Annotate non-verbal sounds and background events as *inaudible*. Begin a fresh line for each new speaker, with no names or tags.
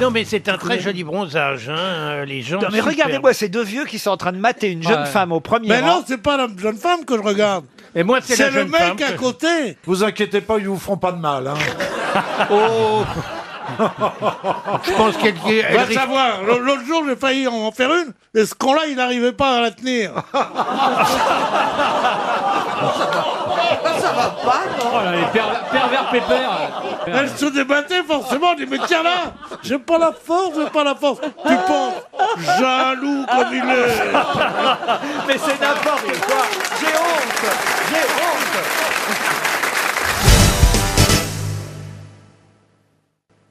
Non, mais c'est un très joli bronzage, hein, euh, les gens.
Non, mais
superbes.
regardez-moi ces deux vieux qui sont en train de mater une jeune
Ouais.
femme au premier
Mais
rang.
non, c'est pas la jeune femme que je regarde.
Et moi, c'est la
C'est le
jeune femme
mec à
que-
côté.
Vous inquiétez pas, ils vous feront pas de mal.
*laughs*
Hein.
Oh. Je pense qu'elle elle
Va
rit-
savoir. L- L'autre jour, j'ai failli en en faire une. Et ce con-là, il n'arrivait pas à la tenir.
Pervers pépère.
Elle se débattait forcément. Elle dit Mais tiens là, j'ai pas la force, j'ai pas la force. Tu penses Jaloux comme il est.
Mais c'est n'importe quoi. J'ai honte. J'ai honte.